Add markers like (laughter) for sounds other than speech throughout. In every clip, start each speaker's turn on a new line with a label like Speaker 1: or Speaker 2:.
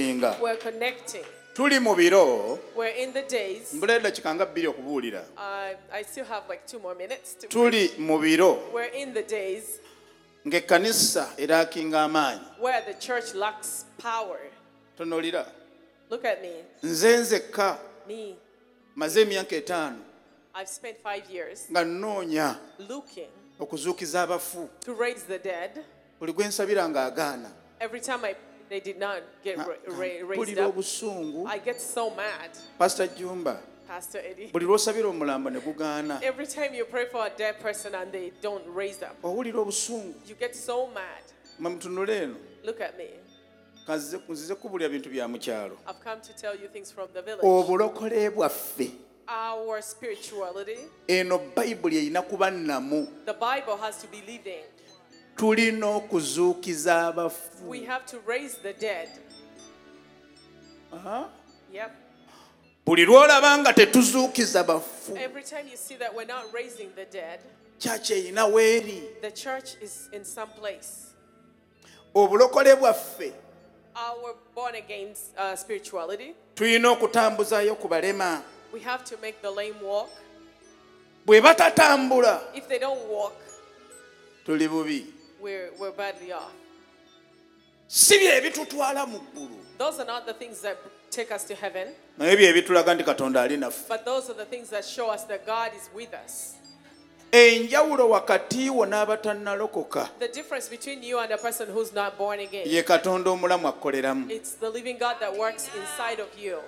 Speaker 1: ensonga
Speaker 2: We're connecting.
Speaker 1: tuli mu biro
Speaker 2: We're in the days.
Speaker 1: mbula eddakiika nga bbiri okubuulira
Speaker 2: Uh, I still have like two more minutes. To,
Speaker 1: tuli mu biro
Speaker 2: we're in the days
Speaker 1: ng'ekkanisa eraakinga amaanyi
Speaker 2: where the church lacks power.
Speaker 1: tonolira
Speaker 2: Look at me.
Speaker 1: nze nzekka
Speaker 2: Me.
Speaker 1: maze emyaka etaano
Speaker 2: I've spent five years
Speaker 1: nga nnoonya
Speaker 2: looking
Speaker 1: okuzuukiza abafu
Speaker 2: to raise the dead.
Speaker 1: buli gwe nsabira ng'agaana
Speaker 2: Every time I, they did not
Speaker 1: Ah,
Speaker 2: get ra- ra- raised
Speaker 1: mpulira
Speaker 2: up,
Speaker 1: obusungu
Speaker 2: I get so mad,
Speaker 1: pasita jumba
Speaker 2: Pastor Eddie.
Speaker 1: buli lw'osabira omulambo ne gugaana
Speaker 2: Every time you pray for a dead person and they don't raise up,
Speaker 1: owulira obusungu
Speaker 2: you get so mad.
Speaker 1: mwe mutunula eno
Speaker 2: Look at me.
Speaker 1: kanzize nzize kubulira bintu bya mu kyalo
Speaker 2: I've come to tell you things from the
Speaker 1: Oh,
Speaker 2: village.
Speaker 1: obulokole bwaffe
Speaker 2: Our spirituality,
Speaker 1: eno bayibuli erina kuba nnamu
Speaker 2: the Bible has to be living.
Speaker 1: tulina okuzuukiza abafu
Speaker 2: We have to raise the dead.
Speaker 1: Aha.
Speaker 2: Yep.
Speaker 1: buli lwolaba nga tetuzuukiza bafu
Speaker 2: Every time you see that we're not raising the dead,
Speaker 1: kyaki erina weeri
Speaker 2: the church is in some place.
Speaker 1: obulokole bwaffe
Speaker 2: Our born again uh, spirituality,
Speaker 1: tulina okutambuzaayo ku balema
Speaker 2: we have to make the lame walk.
Speaker 1: bwe batatambula
Speaker 2: If they don't walk,
Speaker 1: tuli bubi
Speaker 2: we're, we're badly off.
Speaker 1: si bye bitutwala mu ggulu
Speaker 2: Those are not the things that take us to heaven,
Speaker 1: naye bye bitulaga nti katonda ali naffe
Speaker 2: but those are the things that show us that God is with us.
Speaker 1: enjawulo wakati wo n'abatannalokoka
Speaker 2: The difference between you and a person who's not born again.
Speaker 1: ye katonda omulamu akoleramu
Speaker 2: It's the living God that works inside of you.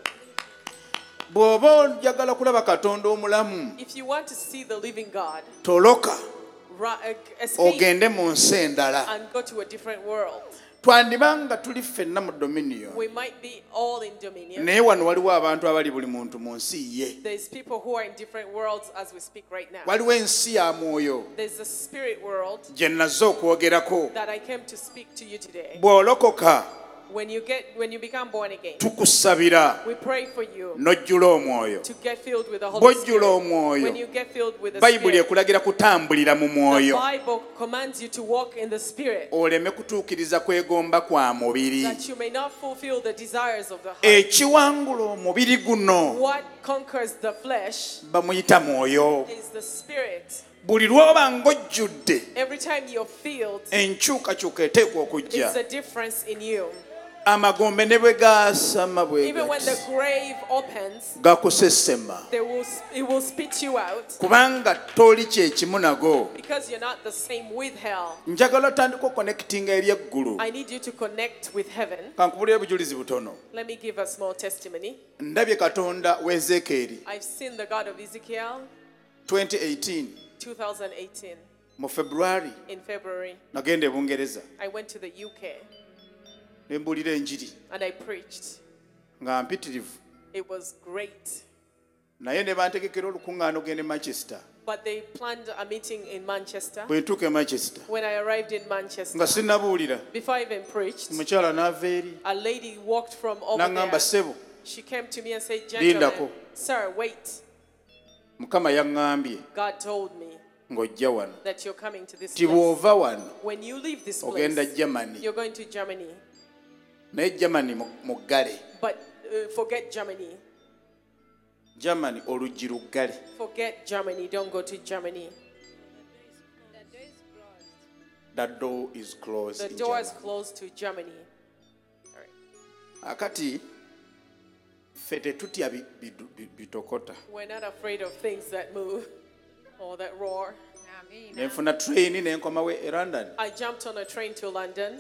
Speaker 1: bw'oba onjagala kulaba katonda omulamu
Speaker 2: If you want to see the living God,
Speaker 1: toloka
Speaker 2: ru- uh, escape
Speaker 1: ogende mu nsi endala
Speaker 2: and go to a different world.
Speaker 1: twandibanga tuli ffenna mu dominion
Speaker 2: We might be all in dominion.
Speaker 1: naye wano waliwo abantu abali buli muntu mu nsi ye
Speaker 2: There's people who are in different worlds as we speak right now.
Speaker 1: waliwo ensi ya mwoyo
Speaker 2: There's a spirit world
Speaker 1: gye nazze okwogerako
Speaker 2: that I came to speak to you today.
Speaker 1: bw'olokoka
Speaker 2: When you get when you become born again,
Speaker 1: tukusabira
Speaker 2: we pray for you
Speaker 1: n'ojjula omwoyo
Speaker 2: to get filled with the Holy
Speaker 1: bw'ojjula
Speaker 2: Spirit. When you
Speaker 1: omwoyo
Speaker 2: get filled with the
Speaker 1: bayibuli
Speaker 2: Spirit,
Speaker 1: ekulagira kutambulira mu
Speaker 2: the
Speaker 1: mwoyo
Speaker 2: Bible commands you to walk in the Spirit
Speaker 1: oleme kutuukiriza kwegomba kwa mubiri
Speaker 2: that you may not fulfill the desires of the heart.
Speaker 1: ekiwangula omubiri guno
Speaker 2: What conquers the flesh
Speaker 1: bamuyita mwoyo
Speaker 2: is the spirit.
Speaker 1: buli lwoba ng'ojjudde
Speaker 2: Every time you're filled,
Speaker 1: enkyukakyuka eteekwa okujja
Speaker 2: it's a difference in you.
Speaker 1: amagombe ne bwe gaasama bwe
Speaker 2: Even when
Speaker 1: gati
Speaker 2: the grave opens,
Speaker 1: gakusesema
Speaker 2: they will, it will spit you out
Speaker 1: kubanga toli kyekimu nago
Speaker 2: because you're not the same with hell.
Speaker 1: njagala otandika okonekitinga eri eggulu
Speaker 2: I need you to connect with heaven.
Speaker 1: kankubulira ebujulizi butono
Speaker 2: Let me give a small testimony.
Speaker 1: ndabye katonda weezekeeri
Speaker 2: I've seen the God of Ezekiel
Speaker 1: 2018
Speaker 2: 2018
Speaker 1: mu februari
Speaker 2: in February.
Speaker 1: nagenda e bungereza
Speaker 2: I went to the UK
Speaker 1: ne mbuulira enjiri
Speaker 2: and I preached.
Speaker 1: nga mpitirivu
Speaker 2: It was great.
Speaker 1: naye ne bantegekera olukuŋŋaano gende manchester
Speaker 2: But they planned a meeting in Manchester.
Speaker 1: bwe ntuuka e manchester
Speaker 2: When I arrived in Manchester,
Speaker 1: nga sinnabuulira
Speaker 2: before I even preached,
Speaker 1: omukyala n'ava eri
Speaker 2: a lady walked from over
Speaker 1: n'aŋŋamba
Speaker 2: there.
Speaker 1: ssebo
Speaker 2: She came to me and said,
Speaker 1: Lindako.
Speaker 2: Gentlemen, sir, wait.
Speaker 1: mukama yaŋŋambye
Speaker 2: God told me
Speaker 1: ng'ojja wano
Speaker 2: that you're coming to this
Speaker 1: ti
Speaker 2: place.
Speaker 1: bw'ova wano
Speaker 2: When you leave this
Speaker 1: ogenda
Speaker 2: place,
Speaker 1: germany
Speaker 2: you're going to Germany.
Speaker 1: naye germany mu- muggale
Speaker 2: But uh, forget Germany.
Speaker 1: germany oluggi luggale
Speaker 2: Forget Germany. Don't go to Germany.
Speaker 1: the door is closed
Speaker 2: The
Speaker 1: in
Speaker 2: door is
Speaker 1: Germany.
Speaker 2: closed to Germany. All right.
Speaker 1: akati ffe tetutya bi- bidu- bi- bitokota
Speaker 2: We're not afraid of things that move or that roar.
Speaker 1: nenfuna train nenkomawo e london
Speaker 2: I jumped on a train to London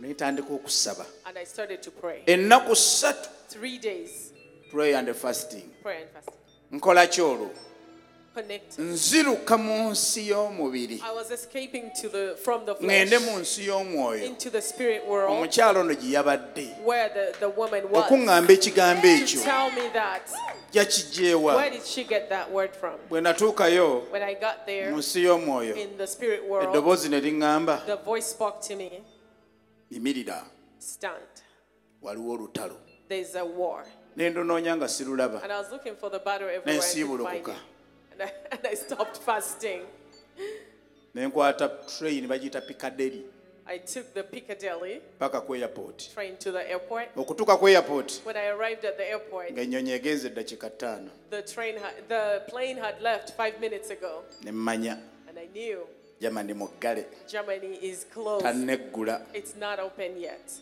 Speaker 1: netandika okusaba
Speaker 2: and I started to pray.
Speaker 1: ennaku ssatu
Speaker 2: Three days
Speaker 1: prayer and fasting
Speaker 2: prayer and fasting.
Speaker 1: nkola ki olwo
Speaker 2: Connected.
Speaker 1: nziruka mu nsi y'omubiri
Speaker 2: I was escaping to the from the
Speaker 1: ŋŋende
Speaker 2: flesh
Speaker 1: mu nsi y'omwoyo
Speaker 2: into the spirit world
Speaker 1: omukyalo ono gye yabadde
Speaker 2: where the, the woman was.
Speaker 1: okuŋŋamba ekigambo
Speaker 2: To
Speaker 1: ekyo
Speaker 2: tell me that.
Speaker 1: yakijjeewa
Speaker 2: Where did she get that word from?
Speaker 1: bwe natuukayo
Speaker 2: When I got
Speaker 1: mu
Speaker 2: there
Speaker 1: nsi y'omwoyo
Speaker 2: in the spirit world,
Speaker 1: eddoboozi ne liŋŋamba
Speaker 2: the voice spoke to me,
Speaker 1: yimirira
Speaker 2: stand.
Speaker 1: waliwo olutalo
Speaker 2: There's a war.
Speaker 1: ne ndunoonya nga sirulaba
Speaker 2: And I was looking for the battle everywhere. I couldn't find it.
Speaker 1: Nesiibulukuka.
Speaker 2: And I, (laughs) and I stopped fasting.
Speaker 1: ne nkwata train bagiyita pikaderi
Speaker 2: I took the Piccadilly
Speaker 1: paka ku airport
Speaker 2: train to the airport.
Speaker 1: okutuuka ku airport
Speaker 2: When I arrived at the airport,
Speaker 1: ngaennyonyi egenze eddakiika ttaano
Speaker 2: the train, had, the plane had left five minutes ago,
Speaker 1: ne mmanya
Speaker 2: and I knew
Speaker 1: jamani muggale
Speaker 2: Germany is closed.
Speaker 1: tanneggula
Speaker 2: It's not open yet.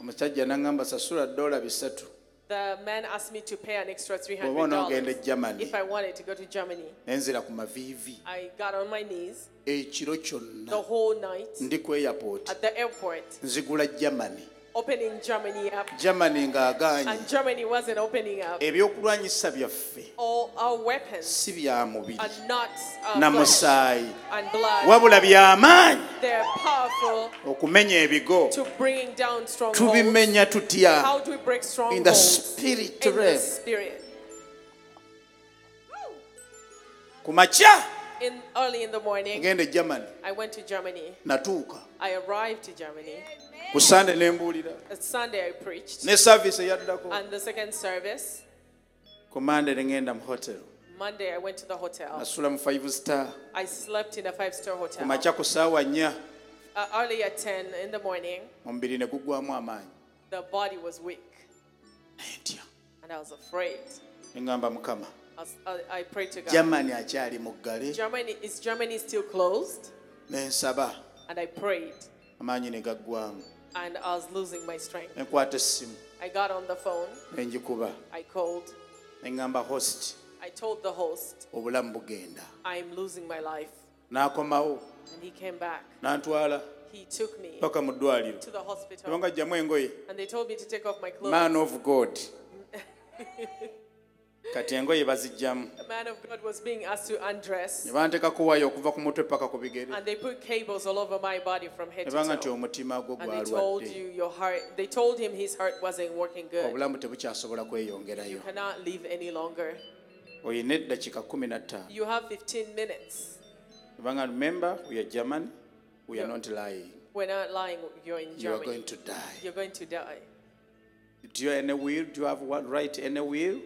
Speaker 1: omusajja n'aŋŋamba sasula dola bisatu
Speaker 2: The man asked me to pay an extra three
Speaker 1: bw'oba
Speaker 2: hundred
Speaker 1: onoogenda
Speaker 2: dollars
Speaker 1: e germany
Speaker 2: if I wanted to go to Germany.
Speaker 1: nenzira ku maviivi
Speaker 2: I got on my knees
Speaker 1: ekiro kyonna
Speaker 2: the whole night
Speaker 1: ndi ku airport
Speaker 2: at the airport,
Speaker 1: nzigula germany
Speaker 2: opening Germany up,
Speaker 1: germany ng'agaanye
Speaker 2: and Germany wasn't opening up.
Speaker 1: ebyokulwanyisa byaffe
Speaker 2: All our weapons
Speaker 1: si bya mubiri
Speaker 2: are not uh,
Speaker 1: na
Speaker 2: flesh
Speaker 1: musaayi
Speaker 2: and blood.
Speaker 1: wabula byamaanyi
Speaker 2: They're powerful
Speaker 1: okumenya ebigo
Speaker 2: to bringing down strongholds.
Speaker 1: tubimenya tutya
Speaker 2: How do we break
Speaker 1: uh, in the
Speaker 2: strongholds?
Speaker 1: spirit
Speaker 2: In the
Speaker 1: realm
Speaker 2: spirit.
Speaker 1: ku makya
Speaker 2: In early in the morning,
Speaker 1: ngenda e germany
Speaker 2: I went to Germany.
Speaker 1: natuuka
Speaker 2: I arrived to Germany.
Speaker 1: ku sande ne mbuulira
Speaker 2: At Sunday I preached,
Speaker 1: ne saavisi eyaddako
Speaker 2: and the second service
Speaker 1: ku mande ne ngenda mu hotel
Speaker 2: Monday I went to the hotel.
Speaker 1: nasula mu five star
Speaker 2: I slept in a five-star
Speaker 1: ku
Speaker 2: hotel.
Speaker 1: makya ku saawa nnya
Speaker 2: Uh, early at 10 in the morning,
Speaker 1: omubiri ne guggwamu amaanyi
Speaker 2: the body was weak,
Speaker 1: naye ntya
Speaker 2: and I was afraid.
Speaker 1: neŋŋamba mukama
Speaker 2: I, was- I- I prayed to God.
Speaker 1: germany akyali mu ggale
Speaker 2: Germany is Germany still closed?
Speaker 1: ne nsaba
Speaker 2: And I prayed,
Speaker 1: amaanyi ne gaggwamu
Speaker 2: and I was losing my strength.
Speaker 1: ne nkwata essimu
Speaker 2: I got on the phone.
Speaker 1: ne ngikuba
Speaker 2: I called.
Speaker 1: ne ŋŋamba host
Speaker 2: I told the host,
Speaker 1: obulamu bugenda
Speaker 2: I'm losing my life.
Speaker 1: n'akomawo
Speaker 2: And he came back.
Speaker 1: n'antwala
Speaker 2: He took me
Speaker 1: paka mu ddwaliro
Speaker 2: to the hospital.
Speaker 1: ebanga jjamu engoye
Speaker 2: And they told me to take off my clothes.
Speaker 1: man of god kati engoye bazijjamu
Speaker 2: The man of God was being asked to undress.
Speaker 1: ne banteekako waayo okuva ku mutwe paka ku bigere
Speaker 2: And they put cables all over my body from head
Speaker 1: ne banga
Speaker 2: to
Speaker 1: nti
Speaker 2: toe.
Speaker 1: omutima gwo
Speaker 2: And they told
Speaker 1: gwalwadde
Speaker 2: you your heart, they told him his heart wasn't working good.
Speaker 1: obulamu tebukyasobola
Speaker 2: You
Speaker 1: kweyongerayo
Speaker 2: cannot live any longer.
Speaker 1: oyina eddakiika 15
Speaker 2: You have 15 minutes.
Speaker 1: ebanga remember we are german we are not lying
Speaker 2: We're not lying, you're in
Speaker 1: you are going
Speaker 2: Germany.
Speaker 1: to die
Speaker 2: You're going to die.
Speaker 1: do you any will do you have what right any will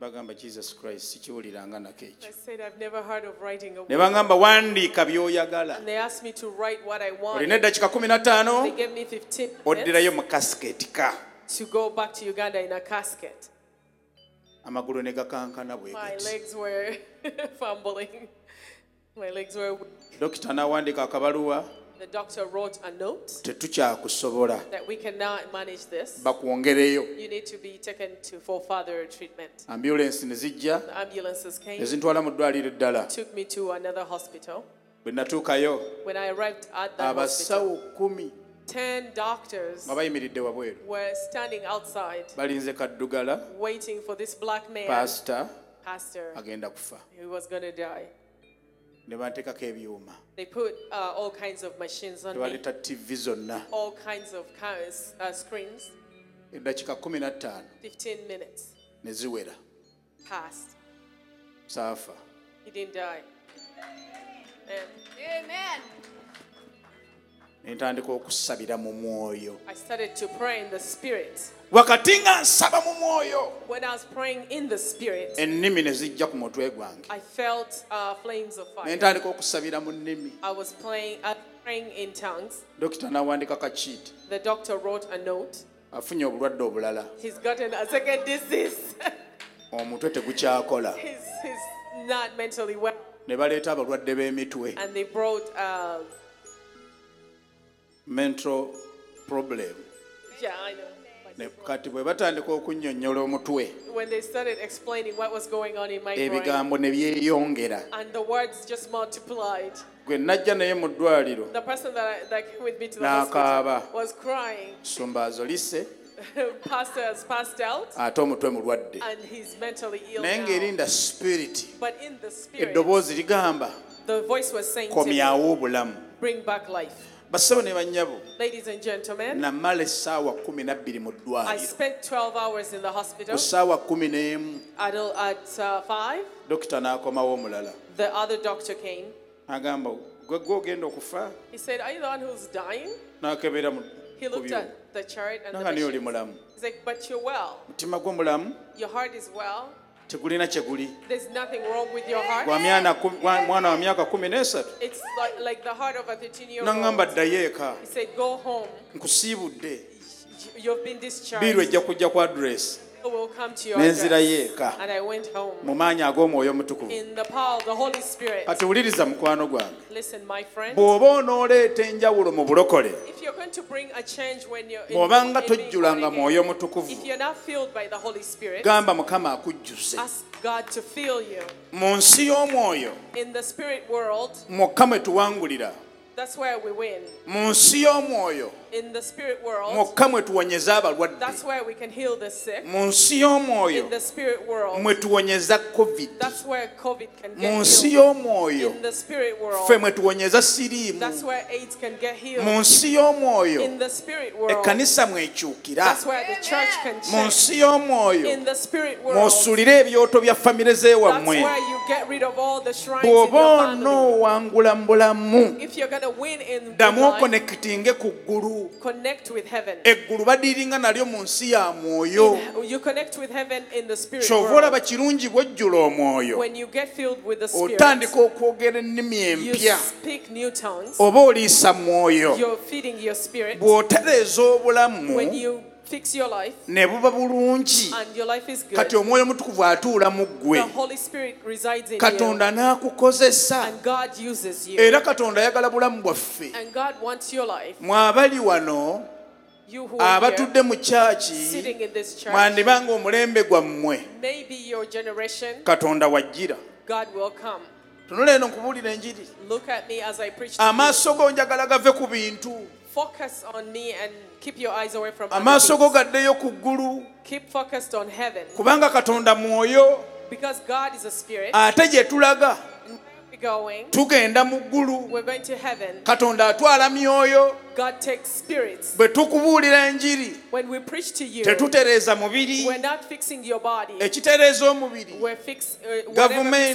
Speaker 1: bagamba jesus christ sikiwuliranga nako
Speaker 2: I
Speaker 1: ekyo
Speaker 2: said, I've never heard of writing a
Speaker 1: ne
Speaker 2: will.
Speaker 1: baŋŋamba wandiika by'oyagala
Speaker 2: And they asked me to write what I
Speaker 1: olina
Speaker 2: want.
Speaker 1: eddakiika
Speaker 2: They
Speaker 1: 15
Speaker 2: gave me 15 minutes
Speaker 1: oddirayo mu kasiketi ka
Speaker 2: to go back to Uganda in a casket.
Speaker 1: amagulu ne gakankana bwe
Speaker 2: My
Speaker 1: gati.
Speaker 2: legs were (laughs) fumbling. My legs were.
Speaker 1: dokita n'awandiika akabaluwa
Speaker 2: The doctor wrote a note
Speaker 1: tetukyakusobola
Speaker 2: that we cannot manage this.
Speaker 1: bakwongereyo
Speaker 2: You need to be taken to for further treatment.
Speaker 1: ambulensi ne zijja
Speaker 2: The ambulances came,
Speaker 1: ne zintwala mu ddwaliro eddala
Speaker 2: took me to another hospital.
Speaker 1: bwe natuukayo
Speaker 2: When I arrived at
Speaker 1: Ah,
Speaker 2: that hospital,
Speaker 1: abasawo kumi
Speaker 2: ten doctors
Speaker 1: nga bayimiridde wabweru
Speaker 2: were standing outside
Speaker 1: balinze kaddugala
Speaker 2: waiting for this black man,
Speaker 1: paasita
Speaker 2: pastor,
Speaker 1: agenda kufa
Speaker 2: who was going to die.
Speaker 1: ne banteekako ebyuma
Speaker 2: They put uh, all kinds of machines on me,
Speaker 1: tebaleeta tivi zonna
Speaker 2: all kinds of cars, uh, screens.
Speaker 1: eddakiika 15
Speaker 2: 15 minutes
Speaker 1: ne ziwera
Speaker 2: passed.
Speaker 1: saafa
Speaker 2: He didn't die. And
Speaker 1: ne ntandika okusabira mu mwoyo
Speaker 2: I started to pray in the spirit.
Speaker 1: wakati nga nsaba mu mwoyo
Speaker 2: When I was praying in the spirit,
Speaker 1: ennimi ne zijja ku mutwe gwange
Speaker 2: I felt uh, flames of
Speaker 1: ne
Speaker 2: fire.
Speaker 1: ntandika okusabira mu nnimi
Speaker 2: I was playing, uh, praying in tongues.
Speaker 1: dokita n'awandika kakiiti
Speaker 2: The doctor wrote a note.
Speaker 1: afunye obulwadde obulala
Speaker 2: He's gotten a second disease. (laughs)
Speaker 1: omutwe tegukyakola
Speaker 2: he's, he's not mentally well.
Speaker 1: ne baleeta abalwadde b'emitwe
Speaker 2: And they brought, uh,
Speaker 1: mental problem
Speaker 2: yeah, I know.
Speaker 1: Ne- kati bwe batandika okunnyonnyola omutwe
Speaker 2: When they started explaining what was going on in my brain,
Speaker 1: ebigambo ne byeyongera
Speaker 2: and the words just multiplied.
Speaker 1: gwe najja naye mu ddwaliro
Speaker 2: The person that, I, that came with me to the
Speaker 1: N'akaaba.
Speaker 2: hospital was crying. (laughs)
Speaker 1: sumbaazo lise
Speaker 2: Pastor has passed out
Speaker 1: ate omutwe mulwadde
Speaker 2: and he's mentally ill
Speaker 1: naye
Speaker 2: now.
Speaker 1: ng'erinda spirit
Speaker 2: But in the spirit,
Speaker 1: eddoboozi ligamba
Speaker 2: the voice was saying to me,
Speaker 1: komyawo obulamu
Speaker 2: bring back life.
Speaker 1: bassebo ne bannyabo
Speaker 2: Ladies and gentlemen,
Speaker 1: namala essaawa 12 mu
Speaker 2: I
Speaker 1: ddwaliro
Speaker 2: spent 12 hours in the
Speaker 1: ku
Speaker 2: hospital.
Speaker 1: ssaawa 11
Speaker 2: At, at uh, 5,
Speaker 1: dokita n'akomawo omulala
Speaker 2: the other doctor came.
Speaker 1: agamba gwe gwe ogenda okufa
Speaker 2: He said, are you the one who's dying?
Speaker 1: n'akebera mu
Speaker 2: He
Speaker 1: ku
Speaker 2: looked
Speaker 1: byo
Speaker 2: at the chart and the
Speaker 1: nanga niye oli
Speaker 2: machines.
Speaker 1: mulamu
Speaker 2: He's like, but you're well.
Speaker 1: mutima gw'omulamu
Speaker 2: Your heart is well.
Speaker 1: tegulina kye guli
Speaker 2: There's nothing wrong with your heart.
Speaker 1: Gwa myana ku- gwa mwana wa myaka kumi n'esatu
Speaker 2: It's like, like the heart of a 13 year
Speaker 1: naŋŋamba
Speaker 2: old.
Speaker 1: ddayo eka
Speaker 2: He said, Go home.
Speaker 1: nkusiibudde
Speaker 2: You've been
Speaker 1: biirwa
Speaker 2: discharged.
Speaker 1: ejja kujja ku adresi
Speaker 2: We'll come to your address.
Speaker 1: n'enzirayo eka
Speaker 2: And I went home
Speaker 1: mu maanyi ag'omwoyo omutukuvu
Speaker 2: in the power of the Holy Spirit.
Speaker 1: kati wuliriza mukwano gwange
Speaker 2: Listen, my friend,
Speaker 1: bw'oba onooleeta enjawulo mu bulokole
Speaker 2: if you're going to bring a change when you're in, in
Speaker 1: bw'obanga
Speaker 2: being
Speaker 1: tojjulanga
Speaker 2: born again,
Speaker 1: mwoyo mutukuvu
Speaker 2: if you're not filled by the Holy Spirit,
Speaker 1: gamba mukama akujjuze
Speaker 2: ask God to fill you.
Speaker 1: mu nsi y'omwoyo
Speaker 2: In the spirit world,
Speaker 1: mwokka mwe tuwangulira
Speaker 2: that's where we win.
Speaker 1: mu nsi y'omwoyo
Speaker 2: In the spirit world,
Speaker 1: mwokka mwe tuwonyeza abalwadde
Speaker 2: that's where we can heal the sick.
Speaker 1: mu nsi y'omwoyo
Speaker 2: In the spirit world,
Speaker 1: mwe tuwonyeza covid
Speaker 2: that's where COVID can
Speaker 1: mu
Speaker 2: get
Speaker 1: nsi
Speaker 2: healed.
Speaker 1: y'omwoyo
Speaker 2: In the spirit
Speaker 1: ffe
Speaker 2: world,
Speaker 1: mwe tuwonyeza
Speaker 2: that's
Speaker 1: siriimu
Speaker 2: where AIDS can get
Speaker 1: mu
Speaker 2: healed.
Speaker 1: nsi y'omwoyo
Speaker 2: In the spirit world,
Speaker 1: ekkanisa mwekyukira
Speaker 2: that's where the church can
Speaker 1: mu
Speaker 2: change.
Speaker 1: nsi y'omwoyo
Speaker 2: In the spirit world,
Speaker 1: mw'osulire ebyoto bya famire
Speaker 2: That's
Speaker 1: z'ewammwe
Speaker 2: where you get rid of all the shrines in your
Speaker 1: bw'oba
Speaker 2: family.
Speaker 1: onoowangula mu bulamu
Speaker 2: If you're going to win in good
Speaker 1: ddamu
Speaker 2: life,
Speaker 1: okonekitinge ku ggulu
Speaker 2: connect with heaven.
Speaker 1: eggulu badiiringa nalyo mu nsi ya mwoyo
Speaker 2: In- You connect with heaven in the spirit
Speaker 1: kyova
Speaker 2: world.
Speaker 1: olaba kirungi bw'ojjula omwoyo
Speaker 2: When you Oh, get filled with the spirit,
Speaker 1: otandika okwogera ennimi
Speaker 2: you
Speaker 1: empya
Speaker 2: speak new tongues.
Speaker 1: oba oliisa mwoyo
Speaker 2: You're feeding your spirit.
Speaker 1: bw'otereeza obulamu
Speaker 2: When you fix your life
Speaker 1: ne buba bulungi
Speaker 2: and your life is good,
Speaker 1: kati omwoyo omutukuvu atuula mu ggwe
Speaker 2: the Holy Spirit resides in you.
Speaker 1: katonda n'akukozesa
Speaker 2: And God uses you.
Speaker 1: era katonda ayagala bulamu bwaffe
Speaker 2: And God wants your life.
Speaker 1: mwe abali wano
Speaker 2: You who are here,
Speaker 1: abatudde mu kyaki
Speaker 2: sitting in this church,
Speaker 1: mwandibanga omulembe gwammwe
Speaker 2: maybe your generation,
Speaker 1: katonda wajjira
Speaker 2: God will come.
Speaker 1: tunula eno nkubuulira enjiri
Speaker 2: Look at me as I preach to you.
Speaker 1: amaaso go njagala gave ku bintu
Speaker 2: Focus on me and keep your eyes away from other
Speaker 1: amaaso go
Speaker 2: things.
Speaker 1: gaddeyo ku ggulu
Speaker 2: Keep focused on heaven
Speaker 1: kubanga katonda mwoyo
Speaker 2: because God is a spirit.
Speaker 1: ate gye tulaga
Speaker 2: And where are we going?
Speaker 1: tugenda mu ggulu
Speaker 2: We're going to heaven.
Speaker 1: katonda atwala myoyo
Speaker 2: God takes spirits.
Speaker 1: bwe tukubuulira enjiri
Speaker 2: When we preach to you,
Speaker 1: tetutereeza
Speaker 2: we're
Speaker 1: mubiri
Speaker 2: not fixing your body.
Speaker 1: Eh. ekitereeza omubiri
Speaker 2: We're fix, uh, whatever fixes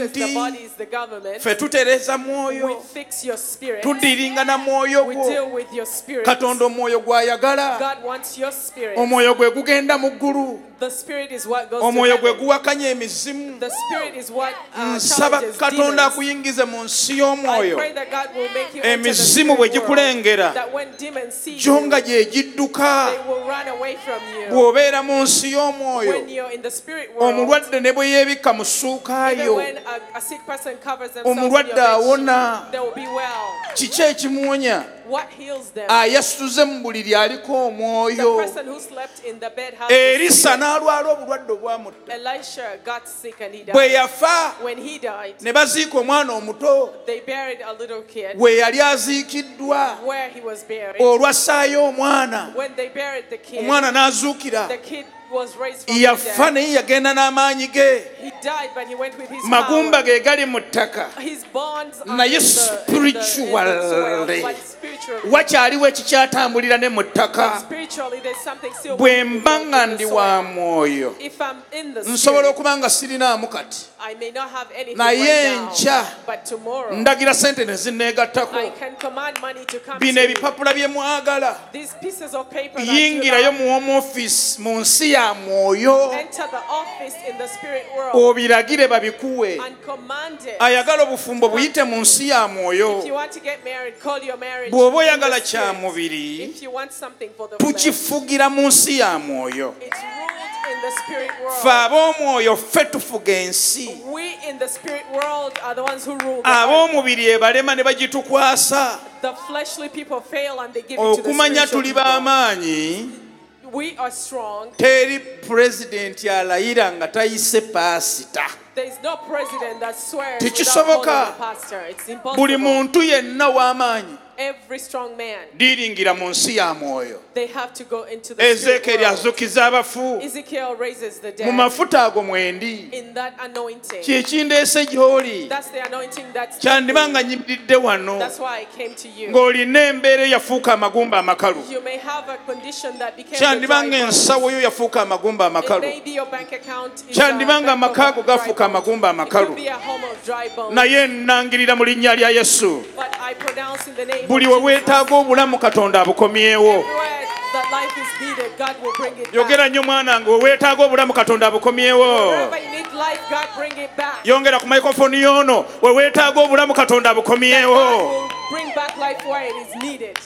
Speaker 1: Governmenti.
Speaker 2: the body is the government.
Speaker 1: ffe tutereeza
Speaker 2: We
Speaker 1: mwoyo
Speaker 2: fix your spirit.
Speaker 1: tuddiringana mwoyo
Speaker 2: We
Speaker 1: gwo
Speaker 2: deal with your spirit.
Speaker 1: katonda omwoyo gw'ayagala
Speaker 2: God wants your spirit.
Speaker 1: omwoyo gwe gugenda mu ggulu
Speaker 2: The spirit is what goes to
Speaker 1: omwoyo gwe
Speaker 2: heaven.
Speaker 1: guwakanya emizimu
Speaker 2: The spirit is what uh,
Speaker 1: nsaba
Speaker 2: challenges
Speaker 1: katonda
Speaker 2: demons.
Speaker 1: akuyingize mu nsi
Speaker 2: I
Speaker 1: y'omwoyo
Speaker 2: pray that God will make you enter the
Speaker 1: emizimu bwe
Speaker 2: spirit world,
Speaker 1: gikulengera
Speaker 2: that when demons see
Speaker 1: gyo
Speaker 2: you,
Speaker 1: nga gye gidduka
Speaker 2: they will run away from you.
Speaker 1: bw'obeera mu nsi y'omwoyo
Speaker 2: When you're in the spirit world,
Speaker 1: omulwadde ne bwe yeebikka mu
Speaker 2: even
Speaker 1: ssuukaayo
Speaker 2: when a, a sick person covers themselves in your
Speaker 1: Omulwadde
Speaker 2: bed
Speaker 1: awona.
Speaker 2: sheet, they will be well.
Speaker 1: kiki ekimuwonya
Speaker 2: What heals them?
Speaker 1: ayasituze mu buliri aliko
Speaker 2: The
Speaker 1: omwoyo
Speaker 2: person who slept in the bed has the
Speaker 1: erisa
Speaker 2: spirit.
Speaker 1: n'alwala obulwadde obwamutta
Speaker 2: Elisha got sick and he
Speaker 1: bwe
Speaker 2: died.
Speaker 1: yafa
Speaker 2: When he died,
Speaker 1: ne baziika omwana omuto
Speaker 2: they buried a little kid
Speaker 1: we yali aziikiddwa
Speaker 2: where he was buried.
Speaker 1: olwassaayo omwana
Speaker 2: When they buried the kid,
Speaker 1: omwana n'azuukira
Speaker 2: the kid was raised from the
Speaker 1: yafa
Speaker 2: dead.
Speaker 1: naye yagenda n'amaanyi ge
Speaker 2: He died, but he went with his
Speaker 1: magumba ge
Speaker 2: power.
Speaker 1: gali mu ttaka
Speaker 2: His bonds are
Speaker 1: Naye
Speaker 2: in the, in the, in the soil,
Speaker 1: spiritually.
Speaker 2: but spiritually,
Speaker 1: wakyaliwo ekikyatambulira ne mu ttaka
Speaker 2: spiritually there's something still
Speaker 1: bwe
Speaker 2: moving
Speaker 1: mba nga
Speaker 2: in the
Speaker 1: ndi
Speaker 2: soil.
Speaker 1: wa mwoyo
Speaker 2: If I'm in the
Speaker 1: nsobola
Speaker 2: spirit,
Speaker 1: okuba nga sirinaamu kati
Speaker 2: I may not have anything
Speaker 1: Naye
Speaker 2: right now,
Speaker 1: enkya
Speaker 2: but tomorrow
Speaker 1: ndagira sente ne
Speaker 2: I
Speaker 1: zinneegattako
Speaker 2: can command money to come
Speaker 1: bino
Speaker 2: to me.
Speaker 1: ebipapula bye mwagala
Speaker 2: These pieces of paper that you
Speaker 1: yingirayo
Speaker 2: have,
Speaker 1: mu home office mu nsi ya mwoyo
Speaker 2: enter the office in the spirit world
Speaker 1: obiragire babikuwe
Speaker 2: and command it.
Speaker 1: ayagala obufumbo buyite mu nsi ya
Speaker 2: If you
Speaker 1: mwoyo
Speaker 2: want to get married, call your marriage.
Speaker 1: bw'oba
Speaker 2: in the
Speaker 1: oyagala kya
Speaker 2: spirit.
Speaker 1: mubiri
Speaker 2: If you want something for the flesh,
Speaker 1: tukifugira mu nsi ya mwoyo
Speaker 2: it's ruled in the spirit
Speaker 1: ffe
Speaker 2: world.
Speaker 1: ab'omwoyo ffe tufuga ensi
Speaker 2: We in the spirit world are the ones who rule. The,
Speaker 1: Ah,
Speaker 2: earth.
Speaker 1: ab'omubiri ebalema ne bagitukwasa
Speaker 2: The fleshly people fail and they give it to the
Speaker 1: okumanya
Speaker 2: spiritual
Speaker 1: oh, tuli b'amaanyi
Speaker 2: people. We are strong.
Speaker 1: teri pulezidenti alayira nga tayise paasita
Speaker 2: There is no president that swears without
Speaker 1: Tekisoboka.
Speaker 2: calling a pastor. It's
Speaker 1: buli
Speaker 2: impossible.
Speaker 1: muntu yenna w'amaanyi
Speaker 2: Every strong man,
Speaker 1: liringira mu nsi ya mwoyo
Speaker 2: they have to go into the spirit
Speaker 1: ezeekeri
Speaker 2: world.
Speaker 1: azukiza abafu
Speaker 2: Ezekiel raises the
Speaker 1: mu
Speaker 2: dead
Speaker 1: mafuta ago mwendi
Speaker 2: in that anointing.
Speaker 1: kyekindeese gy'oli
Speaker 2: That's the anointing that's
Speaker 1: kyandiba nga nyimiridde wano
Speaker 2: that's why I came to you.
Speaker 1: ng'olina embeera eyafuuka amagumba amakalu
Speaker 2: You may have a condition that became the
Speaker 1: kyandiba
Speaker 2: dry
Speaker 1: nga
Speaker 2: bones.
Speaker 1: ensawo yo yafuuka amagumba
Speaker 2: It
Speaker 1: amakalu
Speaker 2: may be your bank account is a
Speaker 1: kyandiba nga
Speaker 2: bank
Speaker 1: amaka
Speaker 2: of
Speaker 1: ago
Speaker 2: dry
Speaker 1: gafuuka
Speaker 2: bones.
Speaker 1: amagumba
Speaker 2: It could
Speaker 1: amakalu
Speaker 2: be a home of dry bones.
Speaker 1: naye nnangirira mu linnya lya yesu
Speaker 2: But I pronounce in the name
Speaker 1: buli
Speaker 2: of
Speaker 1: we
Speaker 2: Jesus,
Speaker 1: weetaaga obulamu katonda abukomyewo
Speaker 2: where that life is needed, God will bring it back.
Speaker 1: yogera nnyo mwana nga weweetaaga obulamu katonda abukomyewo
Speaker 2: Wherever you need life, God bring it back.
Speaker 1: yongera ku microphone yono weweetaaga obulamu katonda
Speaker 2: God
Speaker 1: abukomyewo
Speaker 2: will bring back life where it is needed.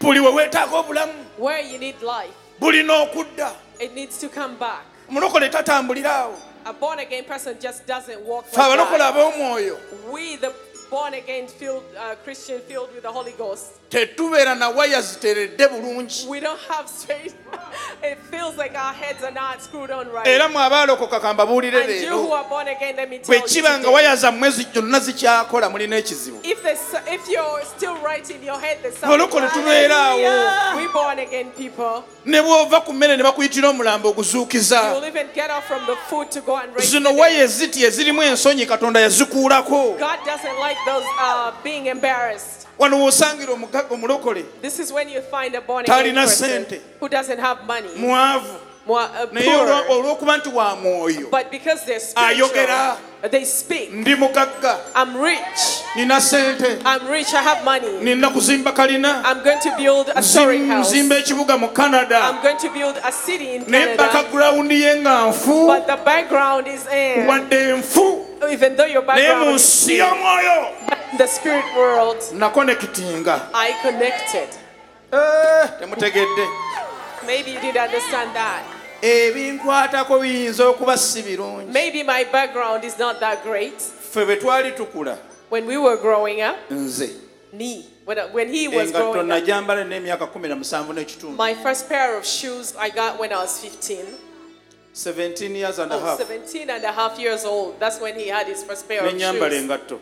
Speaker 1: buli weweetaaga obulamu
Speaker 2: Where you need life,
Speaker 1: bulina okudda
Speaker 2: it needs to come back.
Speaker 1: omulokole tatambulira awo
Speaker 2: A born again person just doesn't walk
Speaker 1: fe
Speaker 2: like
Speaker 1: abalokole
Speaker 2: that.
Speaker 1: ab'omwoyo
Speaker 2: We, the born again filled uh, Christian filled with the Holy Ghost,
Speaker 1: tetubeera na waya ziteredde bulungi
Speaker 2: we don't have straight. (laughs) it feels like our heads are not screwed on right.
Speaker 1: era mwe abaalokoka kambabuulire
Speaker 2: And you who
Speaker 1: leero
Speaker 2: are born again, let me tell
Speaker 1: bwe
Speaker 2: you.
Speaker 1: kiba nga
Speaker 2: Today,
Speaker 1: waya zammwe zi- zonna zikyakola mulina ekizibu
Speaker 2: if, there's, if you're still right in your head, there's something.
Speaker 1: Olokole tubeera awo.
Speaker 2: Hallelujah. We born again people.
Speaker 1: ne bw'ova ku mmere ne bakuyitira omulambo
Speaker 2: You
Speaker 1: oguzuukiza
Speaker 2: will even get off from the food to go and raise
Speaker 1: zino
Speaker 2: the
Speaker 1: waya
Speaker 2: dead.
Speaker 1: eziti ezirimu ensonyi katonda yazikuulako
Speaker 2: God doesn't like those uh, being embarrassed.
Speaker 1: wano woosangira omugagga omulokole
Speaker 2: This is when you find a born again
Speaker 1: Talina
Speaker 2: person
Speaker 1: sente.
Speaker 2: who doesn't have money,
Speaker 1: mwavu
Speaker 2: more, uh,
Speaker 1: naye olwa-
Speaker 2: poor,
Speaker 1: olw'okuba nti wa mwoyo
Speaker 2: but because they're spiritual,
Speaker 1: Ayogera.
Speaker 2: they speak.
Speaker 1: ndi mugagga
Speaker 2: I'm rich.
Speaker 1: nina sente
Speaker 2: I'm rich. I have money.
Speaker 1: nina kuzimba kalina
Speaker 2: I'm going to build a story
Speaker 1: Nzi-
Speaker 2: house.
Speaker 1: nzimba ekibuga mu canada
Speaker 2: I'm going to build a city in
Speaker 1: naye
Speaker 2: Canada.
Speaker 1: bakagulawundi ye nga nfu
Speaker 2: But the background is air.
Speaker 1: wadde enfu
Speaker 2: Even though your
Speaker 1: naye
Speaker 2: background
Speaker 1: mu
Speaker 2: is
Speaker 1: nsi y'omwoyo
Speaker 2: in the spirit world,
Speaker 1: nakonekitinga
Speaker 2: I connected. Eh.
Speaker 1: temutegedde
Speaker 2: Maybe you didn't understand that.
Speaker 1: ebinkwatako biyinza okuba si birungi
Speaker 2: Maybe my background is not that great.
Speaker 1: ffe bwe twali tukula
Speaker 2: When we were growing up,
Speaker 1: nze
Speaker 2: me, when, when he was
Speaker 1: engatto
Speaker 2: growing up,
Speaker 1: najambala n'emyaka 17 n'ekitundu
Speaker 2: my first pair of shoes I got when I was 15.
Speaker 1: 17 years and a
Speaker 2: Oh,
Speaker 1: half
Speaker 2: 17 and a half years old. That's when he had his first pair of
Speaker 1: nenyambala
Speaker 2: shoes.
Speaker 1: engatto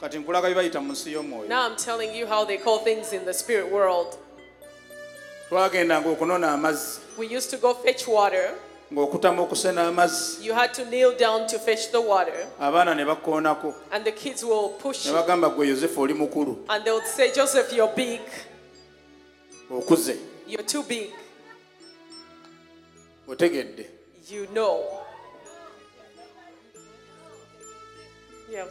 Speaker 1: kati nkulaga bye bayita mu nsi y'omwoyo
Speaker 2: Now I'm telling you how they call things in the spirit world.
Speaker 1: twagendanga okunona amazzi
Speaker 2: We used to go fetch water.
Speaker 1: ng'okutama okusena amazzi
Speaker 2: You had to kneel down to fetch the water,
Speaker 1: abaana ne bakoonako
Speaker 2: and the kids will push
Speaker 1: ne
Speaker 2: you.
Speaker 1: bagamba gwe yosefu oli mukulu
Speaker 2: And they would say, Joseph, you're big.
Speaker 1: okuze
Speaker 2: You're too big.
Speaker 1: otegedde
Speaker 2: You know. Yeah.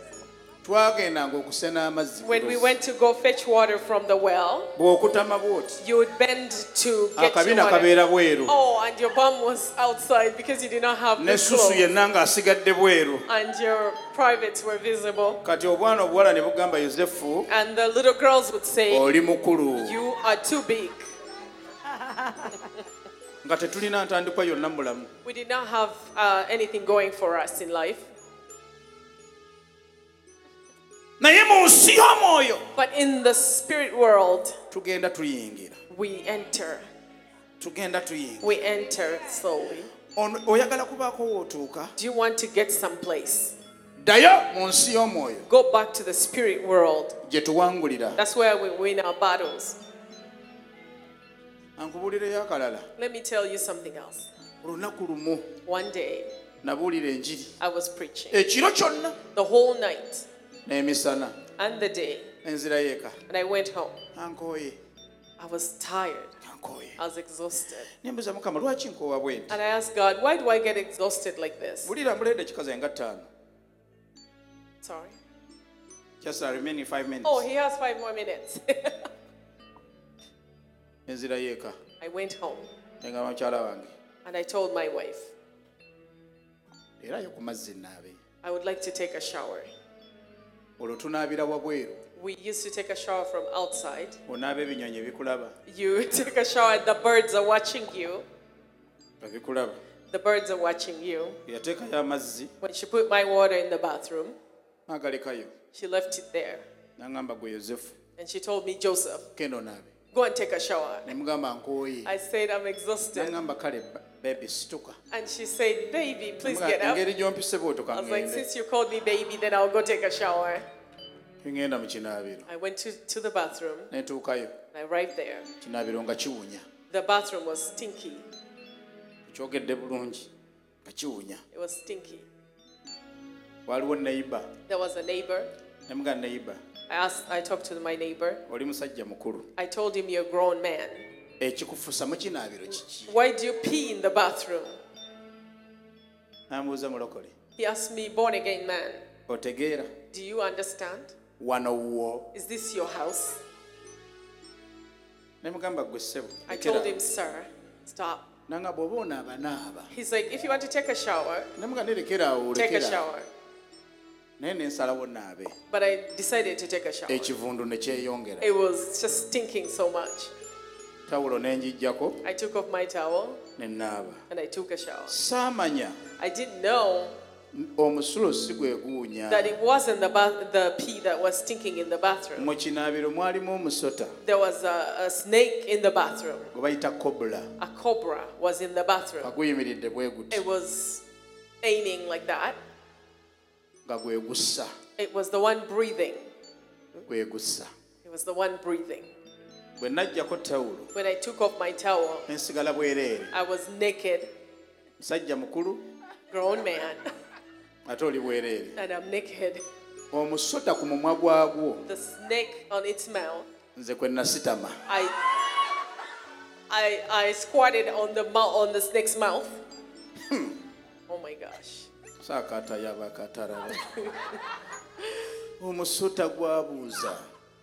Speaker 1: twagendanga okusena amazzi
Speaker 2: When we went to go fetch water from the well,
Speaker 1: bw'okutama bw'oti
Speaker 2: you would bend to get your
Speaker 1: akabina
Speaker 2: water.
Speaker 1: kabeera bweru
Speaker 2: Oh, and your bum was outside because you did not have the
Speaker 1: n'essusu
Speaker 2: clothes.
Speaker 1: yenna ng'asigadde bweru
Speaker 2: And your privates were visible.
Speaker 1: kati obwana obuwala ne bugamba yosefu
Speaker 2: And the little girls would say,
Speaker 1: oli mukulu
Speaker 2: You are too big.
Speaker 1: nga tetulina ntandikwa yonna mulamu
Speaker 2: We did not have uh, anything going for us in life.
Speaker 1: naye mu nsi y'omwoyo
Speaker 2: But in the spirit world,
Speaker 1: tugenda tuyingira
Speaker 2: we enter.
Speaker 1: tugenda tuyingira
Speaker 2: We enter slowly.
Speaker 1: Ono- oyagala kubaako wootuuka
Speaker 2: Do you want to get someplace?
Speaker 1: ddayo mu nsi y'omwoyo
Speaker 2: Go back to the spirit world.
Speaker 1: gye tuwangulira
Speaker 2: That's where we win our battles.
Speaker 1: ankubuulireyo akalala
Speaker 2: Let me tell you something else.
Speaker 1: olunaku lumu
Speaker 2: One day,
Speaker 1: nabuulira enjiri
Speaker 2: I was preaching
Speaker 1: ekiro kyonna
Speaker 2: the whole night
Speaker 1: n'emisana
Speaker 2: and the day,
Speaker 1: enzira yeeka
Speaker 2: and I went home.
Speaker 1: ankooye
Speaker 2: I was tired.
Speaker 1: ankooye
Speaker 2: I was exhausted.
Speaker 1: nembuza mukama lwaki nkoowa bwenti
Speaker 2: And I asked God, why do I get exhausted like this?
Speaker 1: bulira muleeta ekika zange nga ttaano
Speaker 2: Sorry.
Speaker 1: just I remain in five minutes
Speaker 2: Oh, he has five more minutes. (laughs)
Speaker 1: enzira yeeka
Speaker 2: I went home
Speaker 1: engamba mukyala wange
Speaker 2: and I told my wife,
Speaker 1: erayo ku mazzi naabe
Speaker 2: I would like to take a shower.
Speaker 1: olwo tunaabira wabweru
Speaker 2: We used to take a shower from outside.
Speaker 1: onaaba ebinyonyi ebikulaba
Speaker 2: You (laughs) take a shower, the birds are watching you.
Speaker 1: ebikulaba
Speaker 2: The birds are watching you.
Speaker 1: yateekayo amazzi
Speaker 2: When she put my water in the bathroom,
Speaker 1: agalekayo
Speaker 2: she left it there.
Speaker 1: naŋŋamba gwe yozefu
Speaker 2: And she told me, Joseph,
Speaker 1: kendo naabe
Speaker 2: go and take a shower.
Speaker 1: nemugamba nkooye
Speaker 2: I said, I'm exhausted.
Speaker 1: naŋŋamba kale bebi situka
Speaker 2: And she said, Baby, please
Speaker 1: Namuga-
Speaker 2: get up.
Speaker 1: engeri gyompise bwoto
Speaker 2: I was like,
Speaker 1: kaŋŋende
Speaker 2: Since you called me baby, then I'll go take a shower.
Speaker 1: ŋŋenda mu kinaabiro
Speaker 2: I went to, to the bathroom
Speaker 1: netuukayo
Speaker 2: and I arrived there.
Speaker 1: kinaabiro nga kiwunya
Speaker 2: The bathroom was stinky.
Speaker 1: ekyogedde bulungi nga kiwunya
Speaker 2: It was stinky.
Speaker 1: waliwo neiba
Speaker 2: There was a neighbor.
Speaker 1: namuga neiba
Speaker 2: I asked, I talked to my neighbor.
Speaker 1: oli musajja mukulu
Speaker 2: I told him, You're a grown man.
Speaker 1: ekikufusa mu kinaabiro kiki
Speaker 2: Why do you pee in the bathroom?
Speaker 1: nambuuza mulokole
Speaker 2: He asked me, Born again man,
Speaker 1: otegeera
Speaker 2: do you understand?
Speaker 1: wano wwo
Speaker 2: Is this your house?
Speaker 1: ne mugamba gwe ssebo
Speaker 2: I
Speaker 1: lekera."
Speaker 2: told him, sir, stop.
Speaker 1: n'angamba oba onaaba naaba
Speaker 2: He's like, if you want to take a shower,
Speaker 1: ne muga nerekera awo
Speaker 2: take a
Speaker 1: lekera
Speaker 2: shower.
Speaker 1: naye nensalawo naabe
Speaker 2: But I decided to take a shower.
Speaker 1: ekivundu ne kyeyongera
Speaker 2: It was just stinking so much.
Speaker 1: tawulo nenjijjako
Speaker 2: I took off my towel
Speaker 1: ne naaba
Speaker 2: and I took a shower.
Speaker 1: saamanya
Speaker 2: I didn't know
Speaker 1: omusulo si gwe guunya
Speaker 2: that it wasn't the, bath- the pee that was stinking in the bathroom.
Speaker 1: mu kinaabiro mwalimu omusota
Speaker 2: There was a, a snake in the bathroom.
Speaker 1: gwe bayita kobula
Speaker 2: A cobra was in the bathroom.
Speaker 1: aguyimiridde bwe guti
Speaker 2: It was aiming like that.
Speaker 1: nga gwe gussa
Speaker 2: It was the one breathing.
Speaker 1: gwe gussa
Speaker 2: It was the one breathing.
Speaker 1: bwe najjako tawulo
Speaker 2: When I took off my towel,
Speaker 1: ensigala bwereere
Speaker 2: I was naked,
Speaker 1: musajja mukulu
Speaker 2: grown man, (laughs)
Speaker 1: ate oli bwereere
Speaker 2: and I'm naked.
Speaker 1: omusota ku mumwa gwagwo
Speaker 2: The snake on its mouth.
Speaker 1: nze kwe nasitama
Speaker 2: I I I squatted on the mouth on the snake's mouth. (laughs) oh my gosh.
Speaker 1: saakatayabakataraba (laughs) omusota gwabuuza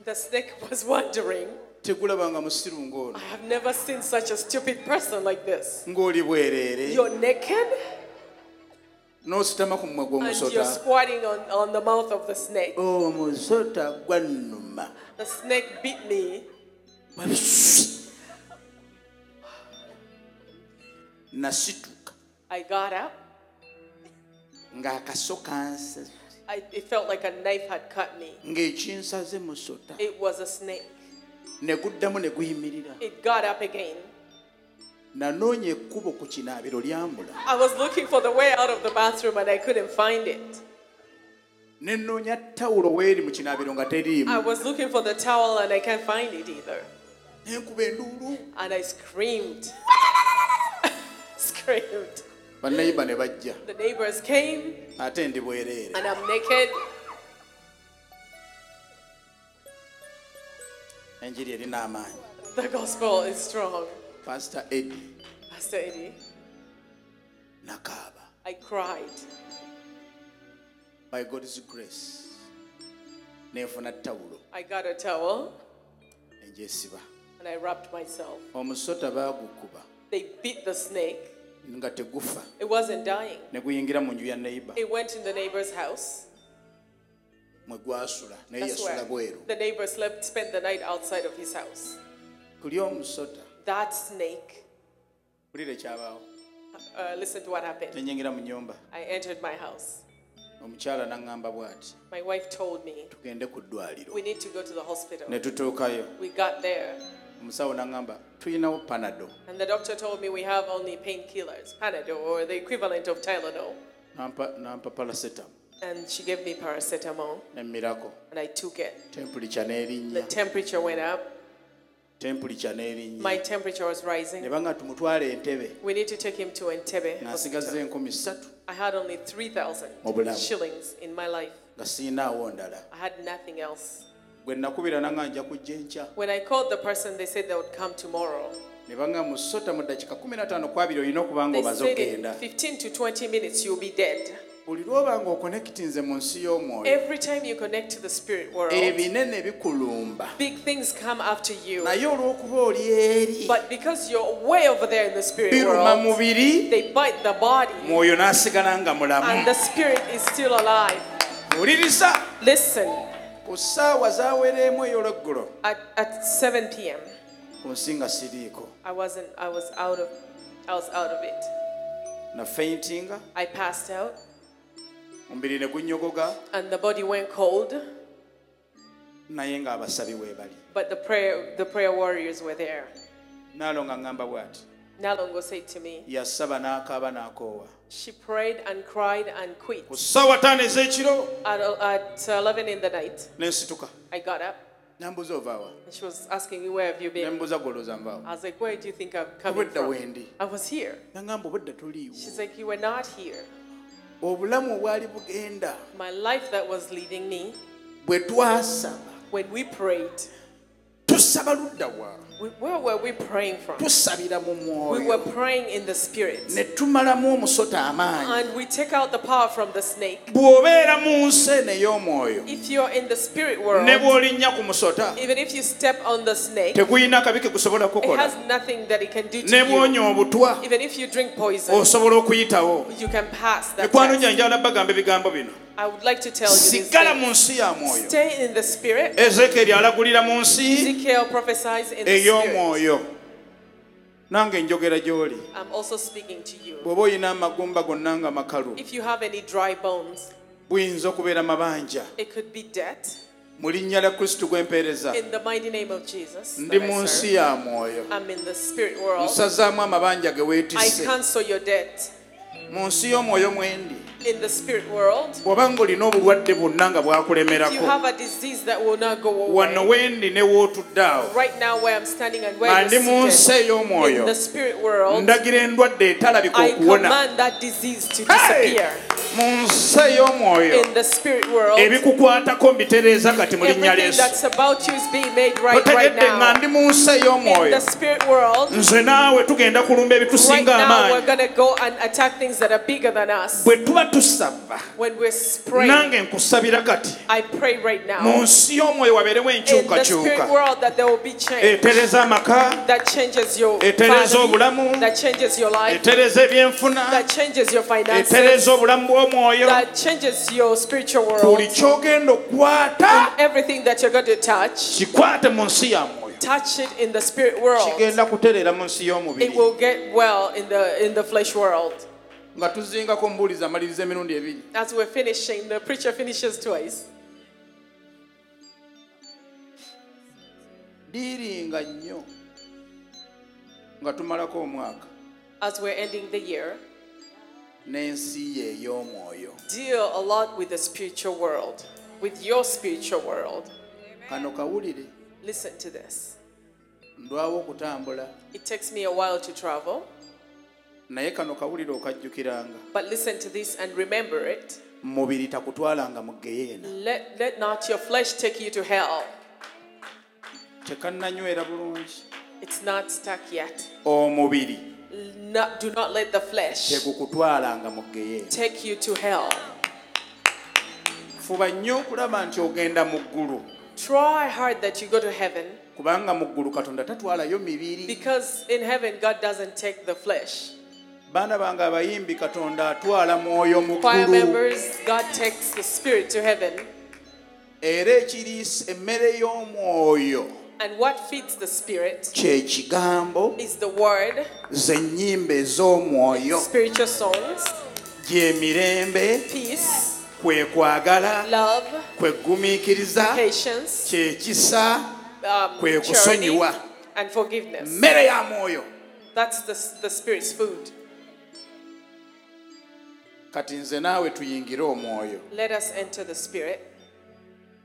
Speaker 2: The snake (laughs) was wondering,
Speaker 1: tegulaba nga musiru ng'ono
Speaker 2: I have never seen such a stupid person like this.
Speaker 1: ng'oli bwereere
Speaker 2: You're naked
Speaker 1: n'ositama ku mumwa
Speaker 2: and you're
Speaker 1: gw'omusota
Speaker 2: squatting on, on the mouth of the snake.
Speaker 1: Oh. omusota gwannuma
Speaker 2: The snake bit me.
Speaker 1: nasituka
Speaker 2: I got up.
Speaker 1: ng'akaso kansa
Speaker 2: I, it felt like a knife had cut me.
Speaker 1: ng'ekinsaze musota
Speaker 2: It was a snake.
Speaker 1: ne guddamu ne guyimirira
Speaker 2: It got up again.
Speaker 1: nanoonya ekkubo ku kinaabiro lyambula
Speaker 2: I was looking for the way out of the bathroom and I couldn't find it.
Speaker 1: ne nnoonya tawulo weeri mu kinaabiro nga teriimu
Speaker 2: I was looking for the towel and I can't find it either.
Speaker 1: nenkuba enduulu
Speaker 2: And I screamed. (laughs) screamed.
Speaker 1: bannayiba ne bajja
Speaker 2: The neighbors came
Speaker 1: ate ndi bwereere
Speaker 2: and I'm naked.
Speaker 1: enjiri erina amaanyi
Speaker 2: The gospel is strong.
Speaker 1: pasita edi
Speaker 2: Pastor Eddie,
Speaker 1: nakaaba
Speaker 2: I cried.
Speaker 1: by god's grace nenfuna tawulo
Speaker 2: I got a towel
Speaker 1: enjesiba
Speaker 2: and I wrapped myself.
Speaker 1: omusota baagukuba
Speaker 2: They beat the snake.
Speaker 1: nga tegufa
Speaker 2: It wasn't dying.
Speaker 1: ne guyingira mu nju ya neyiba
Speaker 2: It went in the neighbor's house.
Speaker 1: mwe gwasula naye
Speaker 2: That's where
Speaker 1: yasula bweru
Speaker 2: the neighbor slept, spent the night outside of his house.
Speaker 1: kuli omusota
Speaker 2: That snake,
Speaker 1: kulire kyabaawo
Speaker 2: uh, listen to what happened.
Speaker 1: nenyingira mu nyumba
Speaker 2: I entered my house.
Speaker 1: omukyala n'aŋŋamba bw'ati
Speaker 2: My wife told me,
Speaker 1: tugende ku ddwaliro
Speaker 2: we need to go to the hospital.
Speaker 1: ne tutuukayo
Speaker 2: We got there,
Speaker 1: omusawo n'aŋŋamba tulinawo panado
Speaker 2: and the doctor told me we have only painkillers, Panadol, or the equivalent of Tylenol.
Speaker 1: nampa, nampa palasetamu
Speaker 2: And she gave me paracetamol,
Speaker 1: nemmirako
Speaker 2: and I took it.
Speaker 1: tempulica
Speaker 2: The
Speaker 1: n'erinnya
Speaker 2: temperature went up.
Speaker 1: tempulica n'erinnya
Speaker 2: My temperature was
Speaker 1: ne
Speaker 2: rising.
Speaker 1: banga tumutwale entebe
Speaker 2: We need to take him to Entebbe.
Speaker 1: ng'asigazza
Speaker 2: Hospital.
Speaker 1: enkumi ssatu
Speaker 2: I had only 3,000
Speaker 1: Obulamu.
Speaker 2: shillings in my life.
Speaker 1: nga siinaawo ndala
Speaker 2: I had nothing else.
Speaker 1: bwe nakubira nanga nja kujja enkya
Speaker 2: When I called the person, they said they would come tomorrow.
Speaker 1: ne banga mu ssota mu ddakiika 15 ku abiri olina okuba nga
Speaker 2: They
Speaker 1: omaze
Speaker 2: said in
Speaker 1: okgenda
Speaker 2: 15 to 20 minutes you'll be dead.
Speaker 1: buli lwoba nga okonekitinze mu nsi y'omwoyo
Speaker 2: Every time you connect to the spirit world,
Speaker 1: ebinene bikulumba
Speaker 2: big things come after you.
Speaker 1: naye olw'okuba oli eri
Speaker 2: But because you're way over there in the spirit
Speaker 1: biruma
Speaker 2: world,
Speaker 1: mubiri
Speaker 2: they bite the body,
Speaker 1: mwoyo n'asigala nga mulamu
Speaker 2: and the spirit is still alive.
Speaker 1: mulirisa
Speaker 2: Listen,
Speaker 1: ku ssaawa zaawereemu ey'olweggulo
Speaker 2: at, at 7 p.m.,
Speaker 1: ku nsi nga siriiko
Speaker 2: I wasn't. I was out of. I was out of it.
Speaker 1: nafeintinga
Speaker 2: I passed out,
Speaker 1: omubiri ne gunyogoga
Speaker 2: and the body went cold.
Speaker 1: naye ng'abasabi weebali
Speaker 2: But the prayer, the prayer warriors were there.
Speaker 1: naalo nga ŋŋamba bw'ati
Speaker 2: Nalongo said to me,
Speaker 1: yasaba n'akaaba n'akoowa
Speaker 2: she prayed and cried and quit.
Speaker 1: ku ssaawa ttaano ez'ekiro
Speaker 2: At, at 11 in the night,
Speaker 1: ne nsituka
Speaker 2: I got up,
Speaker 1: nambuuza ovaawa
Speaker 2: and she was asking me, "Where have you
Speaker 1: ne
Speaker 2: been?"
Speaker 1: mbuuza gwolooza nvaawo
Speaker 2: I was like, where do you think I'm coming
Speaker 1: obwedda
Speaker 2: from?
Speaker 1: wendi
Speaker 2: I was here.
Speaker 1: naŋŋamba obwedda tuliiwo
Speaker 2: She's like, you were not here.
Speaker 1: obulamu obwali bugenda
Speaker 2: My life that was leading me,
Speaker 1: bwe twasaba
Speaker 2: when we prayed,
Speaker 1: tusaba ludda wa
Speaker 2: We, where were we praying from?
Speaker 1: tusabira mu
Speaker 2: We
Speaker 1: mwoyo
Speaker 2: were praying in the spirit.
Speaker 1: ne tumalamu omusota amaanyi
Speaker 2: And we take out the power from the snake.
Speaker 1: bw'obeera mu nsi eno ey'omwoyo
Speaker 2: If you're in the spirit world,
Speaker 1: ne bw'olinnya ku musota
Speaker 2: even if you step on the snake,
Speaker 1: tegulina kabi ke gusobola
Speaker 2: it
Speaker 1: kukola
Speaker 2: has nothing that it can do to
Speaker 1: ne
Speaker 2: you.
Speaker 1: bwonya obutwa
Speaker 2: Even if you drink poison,
Speaker 1: osobola okuyitawo
Speaker 2: you can pass that
Speaker 1: mikwano
Speaker 2: test.
Speaker 1: gyanjawula bagamba ebigambo bino
Speaker 2: I would like to tell you this
Speaker 1: sigala mu
Speaker 2: thing.
Speaker 1: nsi ya mwoyo
Speaker 2: Stay in the
Speaker 1: Eh?
Speaker 2: spirit.
Speaker 1: ezekyeri alagulira mu nsi
Speaker 2: Ezekiel prophesies
Speaker 1: Eh,
Speaker 2: in the spirit.
Speaker 1: ey'omwoyo nange njogera gy'oli
Speaker 2: I'm also speaking to you.
Speaker 1: bw'oba olina amagumba gonna nga makalu
Speaker 2: If you have any dry bones,
Speaker 1: buyinza okubeera mabanja
Speaker 2: it could be debt.
Speaker 1: mu linnya lya kristo gwe mpeereza
Speaker 2: In the mighty name of Jesus,
Speaker 1: ndi
Speaker 2: that I
Speaker 1: mu
Speaker 2: serve,
Speaker 1: nsi ya mwoyo
Speaker 2: I'm in the spirit world.
Speaker 1: nsazaamu amabanja ge
Speaker 2: I
Speaker 1: weetise
Speaker 2: cancel your debt.
Speaker 1: mu nsi y'omwoyo mwendi
Speaker 2: In the spirit world,
Speaker 1: bw'oba ng'olina obulwadde bwonna nga
Speaker 2: if you
Speaker 1: bwakulemerako
Speaker 2: have a disease that will not go
Speaker 1: wano
Speaker 2: away,
Speaker 1: wendi ne wootudde awo
Speaker 2: right now where I'm standing and
Speaker 1: nga
Speaker 2: where
Speaker 1: ndi mu
Speaker 2: you're
Speaker 1: nsi
Speaker 2: seated,
Speaker 1: ey'omwoyo
Speaker 2: in the spirit world,
Speaker 1: ndagira endwadde etalabika
Speaker 2: I
Speaker 1: okuwona
Speaker 2: command that disease to
Speaker 1: Hey!
Speaker 2: disappear.
Speaker 1: mu nsi ey'omwoyo
Speaker 2: In the spirit world,
Speaker 1: ebikukwatako mbitereeza kati mu linnya
Speaker 2: everything
Speaker 1: lyesu
Speaker 2: that's about you is being made right right
Speaker 1: otegedde nga
Speaker 2: now.
Speaker 1: ndi mu nsi
Speaker 2: In the
Speaker 1: ey'omwoyo
Speaker 2: spirit world,
Speaker 1: nze naawe tugenda kulumba
Speaker 2: right
Speaker 1: ebitusinga
Speaker 2: now we're
Speaker 1: amaanyi
Speaker 2: gonna go and attack things that are bigger than us.
Speaker 1: bwe tuba tusaba
Speaker 2: When we're praying,
Speaker 1: nange nkusabira kati
Speaker 2: I pray right
Speaker 1: mu
Speaker 2: now
Speaker 1: nsi y'omwoyo wabeerewo
Speaker 2: in the spirit
Speaker 1: enkyukakyuka
Speaker 2: world that there will be change.
Speaker 1: etereza amaka
Speaker 2: that changes your
Speaker 1: Etereza
Speaker 2: family,
Speaker 1: obulamu.
Speaker 2: that changes your life,
Speaker 1: etereza ebyenfuna
Speaker 2: that changes your finances,
Speaker 1: etereza obulamu bw'omwoyo
Speaker 2: that changes your spiritual world.
Speaker 1: buli ky'ogenda okukwata
Speaker 2: Everything that you're going to touch,
Speaker 1: kikwate mu nsi ya mwoyo
Speaker 2: touch it in the spirit world.
Speaker 1: kigenda kuterera mu nsi
Speaker 2: It
Speaker 1: y'omubiri
Speaker 2: will get well in the in the flesh world.
Speaker 1: nga tuzingako mbuulizi amaliriza emirundi ebiri
Speaker 2: As we're finishing, the preacher finishes twice.
Speaker 1: liiringa nnyo nga tumalako omwaka
Speaker 2: As we're ending the year,
Speaker 1: n'ensi ye ey'omwoyo
Speaker 2: deal a lot with the spiritual world, with your spiritual world.
Speaker 1: kano kawulire
Speaker 2: Listen to this.
Speaker 1: ndwawo okutambula
Speaker 2: It takes me a while to travel,
Speaker 1: naye kano kawulire okajjukiranga
Speaker 2: but listen to this and remember it.
Speaker 1: mubiri takutwalanga mu geyeena
Speaker 2: Let, let not your flesh take you to hell.
Speaker 1: tekannanywera bulungi
Speaker 2: It's not stuck yet.
Speaker 1: omubiri
Speaker 2: L- Not, do not let the flesh
Speaker 1: tegukutwalanga mu geyeena
Speaker 2: take you to hell.
Speaker 1: fuba nnyo okulaba nti ogenda mu ggulu
Speaker 2: Try hard that you go to heaven
Speaker 1: kubanga mu ggulu katonda tatwalayo mibiri
Speaker 2: because in heaven, God doesn't take the flesh.
Speaker 1: baana bange abayimbi katonda atwala mwoyo
Speaker 2: Choir
Speaker 1: mukulu
Speaker 2: members, God takes the spirit to heaven.
Speaker 1: era ekiriisa emmere y'omwoyo
Speaker 2: And what feeds the spirit
Speaker 1: kyekigambo
Speaker 2: is the word,
Speaker 1: ze nnyimba ez'omwoyo
Speaker 2: spiritual songs,
Speaker 1: gy'emirembe
Speaker 2: peace,
Speaker 1: kwe kwagala
Speaker 2: love,
Speaker 1: kwe gumiikiriza
Speaker 2: patience,
Speaker 1: kyekisa
Speaker 2: um,
Speaker 1: Kwe
Speaker 2: charity,
Speaker 1: kusonyiwa.
Speaker 2: and forgiveness.
Speaker 1: mmere ya mwoyo
Speaker 2: That's the, the spirit's food.
Speaker 1: kati nze naawe tuyingire omwoyo
Speaker 2: Let us enter the spirit.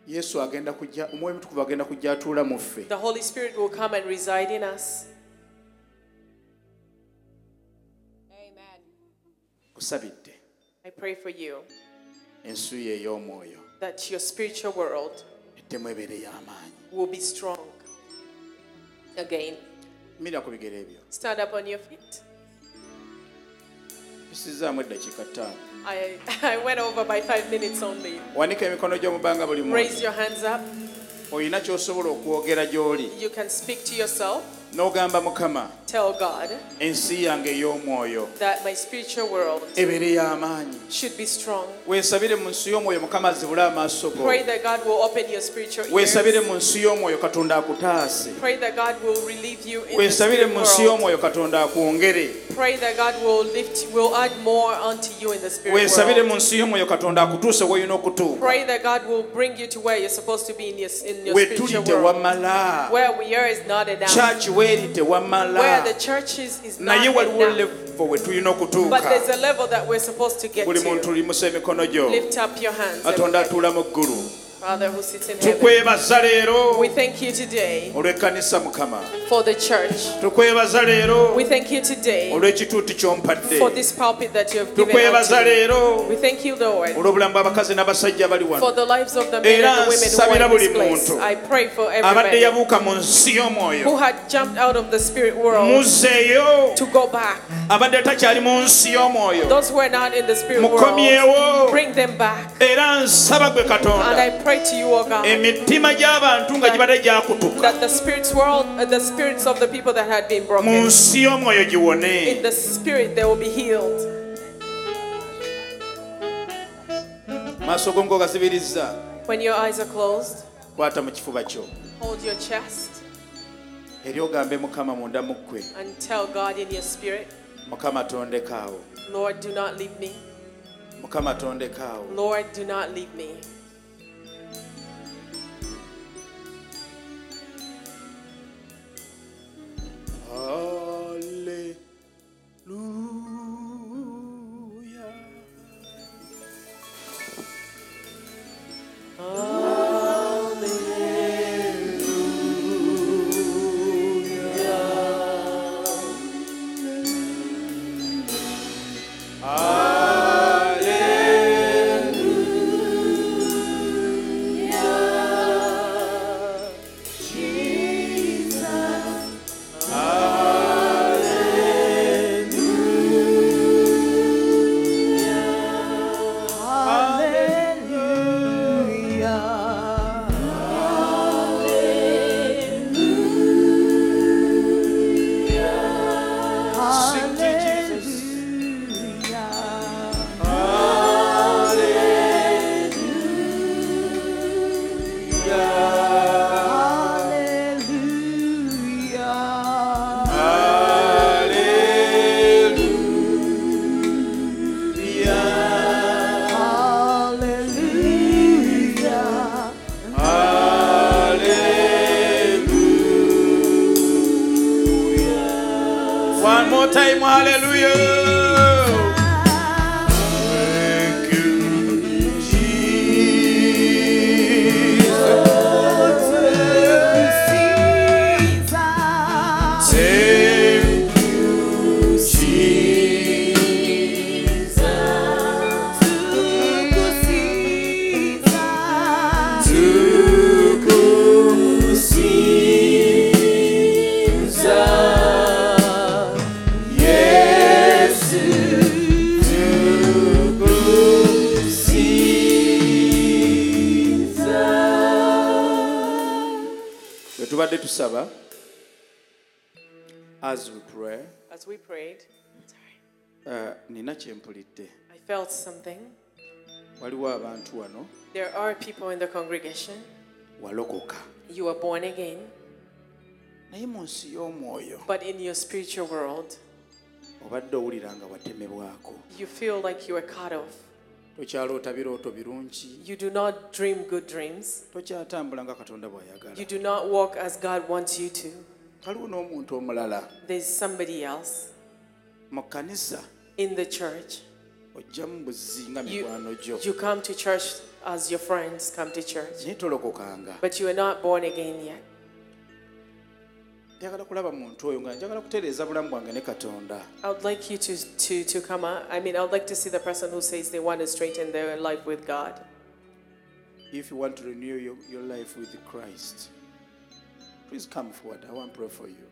Speaker 1: yesu agenda kujja omwoyo mutukuvu agenda kujja atuula mu ffe
Speaker 2: The Holy Spirit will come and reside in us.
Speaker 1: kusabidde
Speaker 2: I pray for you
Speaker 1: ensuyo ey'omwoyo
Speaker 2: that your spiritual world
Speaker 1: ettemu ebeere y'amaanyi
Speaker 2: will be strong. Again,
Speaker 1: mira ku bigero ebyo
Speaker 2: stand up on your feet.
Speaker 1: bisizaamu eddakiika ttaano
Speaker 2: I, (laughs) I went over by five minutes only.
Speaker 1: wanika emikono gy'omubanga buli muntu
Speaker 2: Raise your hands up.
Speaker 1: olina ky'osobola okwogera gy'oli
Speaker 2: You can speak to yourself.
Speaker 1: n'ogamba mukama
Speaker 2: Tell God
Speaker 1: ensi yange ey'omwoyo
Speaker 2: that my spiritual world
Speaker 1: ebeere y'amaanyi
Speaker 2: should be strong.
Speaker 1: weesabire mu nsi y'omwoyo mukama azibule amaaso go
Speaker 2: Pray that God will open your spiritual
Speaker 1: weesabire
Speaker 2: ears.
Speaker 1: mu nsi y'omwoyo katonda akutaase
Speaker 2: Pray that God will relieve you in the
Speaker 1: weesabire
Speaker 2: spirit
Speaker 1: mu nsi
Speaker 2: world.
Speaker 1: y'omwoyo katonda akwongere
Speaker 2: Pray that God will lift, will add more unto you in the spirit
Speaker 1: weesabire
Speaker 2: world.
Speaker 1: Eh, mu nsi y'omwoyo katonda akutuuse woyina okutuuka
Speaker 2: Pray that God will bring you to where you're supposed to be in your, in your
Speaker 1: wetuli
Speaker 2: spiritual world.
Speaker 1: tewamala
Speaker 2: Where we are is not enough.
Speaker 1: kyaki weeri
Speaker 2: Where
Speaker 1: tewamala
Speaker 2: the church is is not
Speaker 1: naye waliwo
Speaker 2: enough.
Speaker 1: levo we tulina
Speaker 2: But
Speaker 1: okutuuka
Speaker 2: there's a level that we're supposed to get
Speaker 1: buli muntu
Speaker 2: to.
Speaker 1: limusa emikono gyo
Speaker 2: Lift up your hands.
Speaker 1: katonda
Speaker 2: everybody.
Speaker 1: atuula mu ggulu
Speaker 2: Father who sits in heaven,
Speaker 1: tukwebaza leero
Speaker 2: we thank you today
Speaker 1: olw'ekkanisa mukama
Speaker 2: for the church.
Speaker 1: tukwebaza leero
Speaker 2: We thank you today
Speaker 1: olw'ekituuti ky'ompadde
Speaker 2: for this pulpit that you have given us.
Speaker 1: tukwebaza leero
Speaker 2: We thank you, Lord,
Speaker 1: olw'obulamu bw'abakazi n'abasajja abali
Speaker 2: for
Speaker 1: wano
Speaker 2: the lives of the men and the women who are in this place. I pray for
Speaker 1: abadde
Speaker 2: everybody
Speaker 1: yabuuka mu nsi
Speaker 2: who
Speaker 1: y'omwoyo
Speaker 2: had jumped out of the spirit world
Speaker 1: muzeeyo
Speaker 2: to go back.
Speaker 1: abadde takyali mu nsi y'omwoyo
Speaker 2: Those who are not in the spirit world,
Speaker 1: mukomyewo
Speaker 2: bring them back.
Speaker 1: era nsaba gwe
Speaker 2: And
Speaker 1: katonda
Speaker 2: I pray to you, O God,
Speaker 1: emitima gy'abantu nga gibadde gyakutuka
Speaker 2: that the spirits world, uh, the spirits of the people that had been
Speaker 1: mu
Speaker 2: broken,
Speaker 1: nsi y'omwoyo giwone
Speaker 2: in the spirit they will be healed.
Speaker 1: maaso go ngaogazibirizza
Speaker 2: When your eyes are closed,
Speaker 1: kwata mu kifuba kyo
Speaker 2: hold your chest
Speaker 1: era ogambe mukama munda mu ggwe
Speaker 2: and tell God in your spirit,
Speaker 1: mukama tondekaawo
Speaker 2: Lord, do not leave me.
Speaker 1: mukama tondekaawo
Speaker 2: Lord, do not leave me.
Speaker 1: Hallelujah. Sing to Jesus. One more time, hallelujah. Thank you, Jesus. Thank you, Jesus. bwe tubadde tusaba as we pray
Speaker 2: As we prayed, sorry,
Speaker 1: uh, nina kyempulidde
Speaker 2: I felt something.
Speaker 1: waliwo abantu wano
Speaker 2: There are people in the congregation.
Speaker 1: walokoka
Speaker 2: You are born again,
Speaker 1: naye mu nsi y'omwoyo
Speaker 2: but in your spiritual world,
Speaker 1: obadde owulira nga watemebwako
Speaker 2: you feel like you are cut off.
Speaker 1: tokyaloota birooto birungi
Speaker 2: You do not dream good dreams.
Speaker 1: tokyatambula nga katonda
Speaker 2: You
Speaker 1: bw'ayagala
Speaker 2: do not walk as God wants you to.
Speaker 1: waliwo n'omuntu omulala
Speaker 2: There's somebody else
Speaker 1: mu kkanisa
Speaker 2: in the church.
Speaker 1: ojjamu buzinga
Speaker 2: You,
Speaker 1: mikwano gyo
Speaker 2: you come to church as your friends come to church,
Speaker 1: naye tolokokanga
Speaker 2: but you are not born again yet.
Speaker 1: njagala kulaba muntu oyo nga njagala kutereeza bulamu bwange ne katonda
Speaker 2: I would like you to, to, to come out. I mean, I would like to see the person who says they want to straighten their life with God.
Speaker 1: if you want to renew your, your life with Christ, please come forward. I want to pray for you.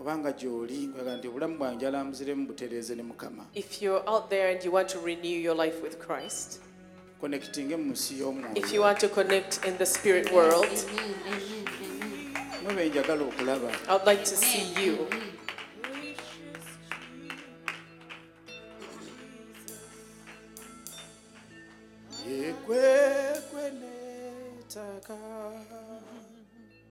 Speaker 1: obanga gy'oli ngaga nti obulamu bwange alambuziremu butereeze ne mukama
Speaker 2: If you're out there and you want to renew your life with Christ,
Speaker 1: konekitinge mu nsi
Speaker 2: if you
Speaker 1: y'omwoyo
Speaker 2: want to connect in the spirit world,
Speaker 1: mwe benjagala okulaba
Speaker 2: I would like to see you.